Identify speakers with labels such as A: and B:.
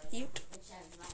A: cute